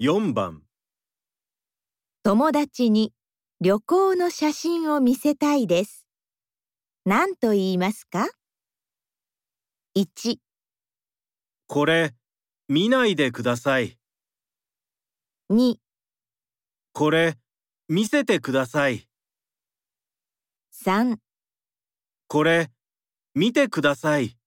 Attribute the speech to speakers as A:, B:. A: 4番
B: 友達に旅行の写真を見せたいです。何と言いますか ?1、
A: これ見ないでください
B: 2、
A: これ見せてください
B: 3
A: これ見てください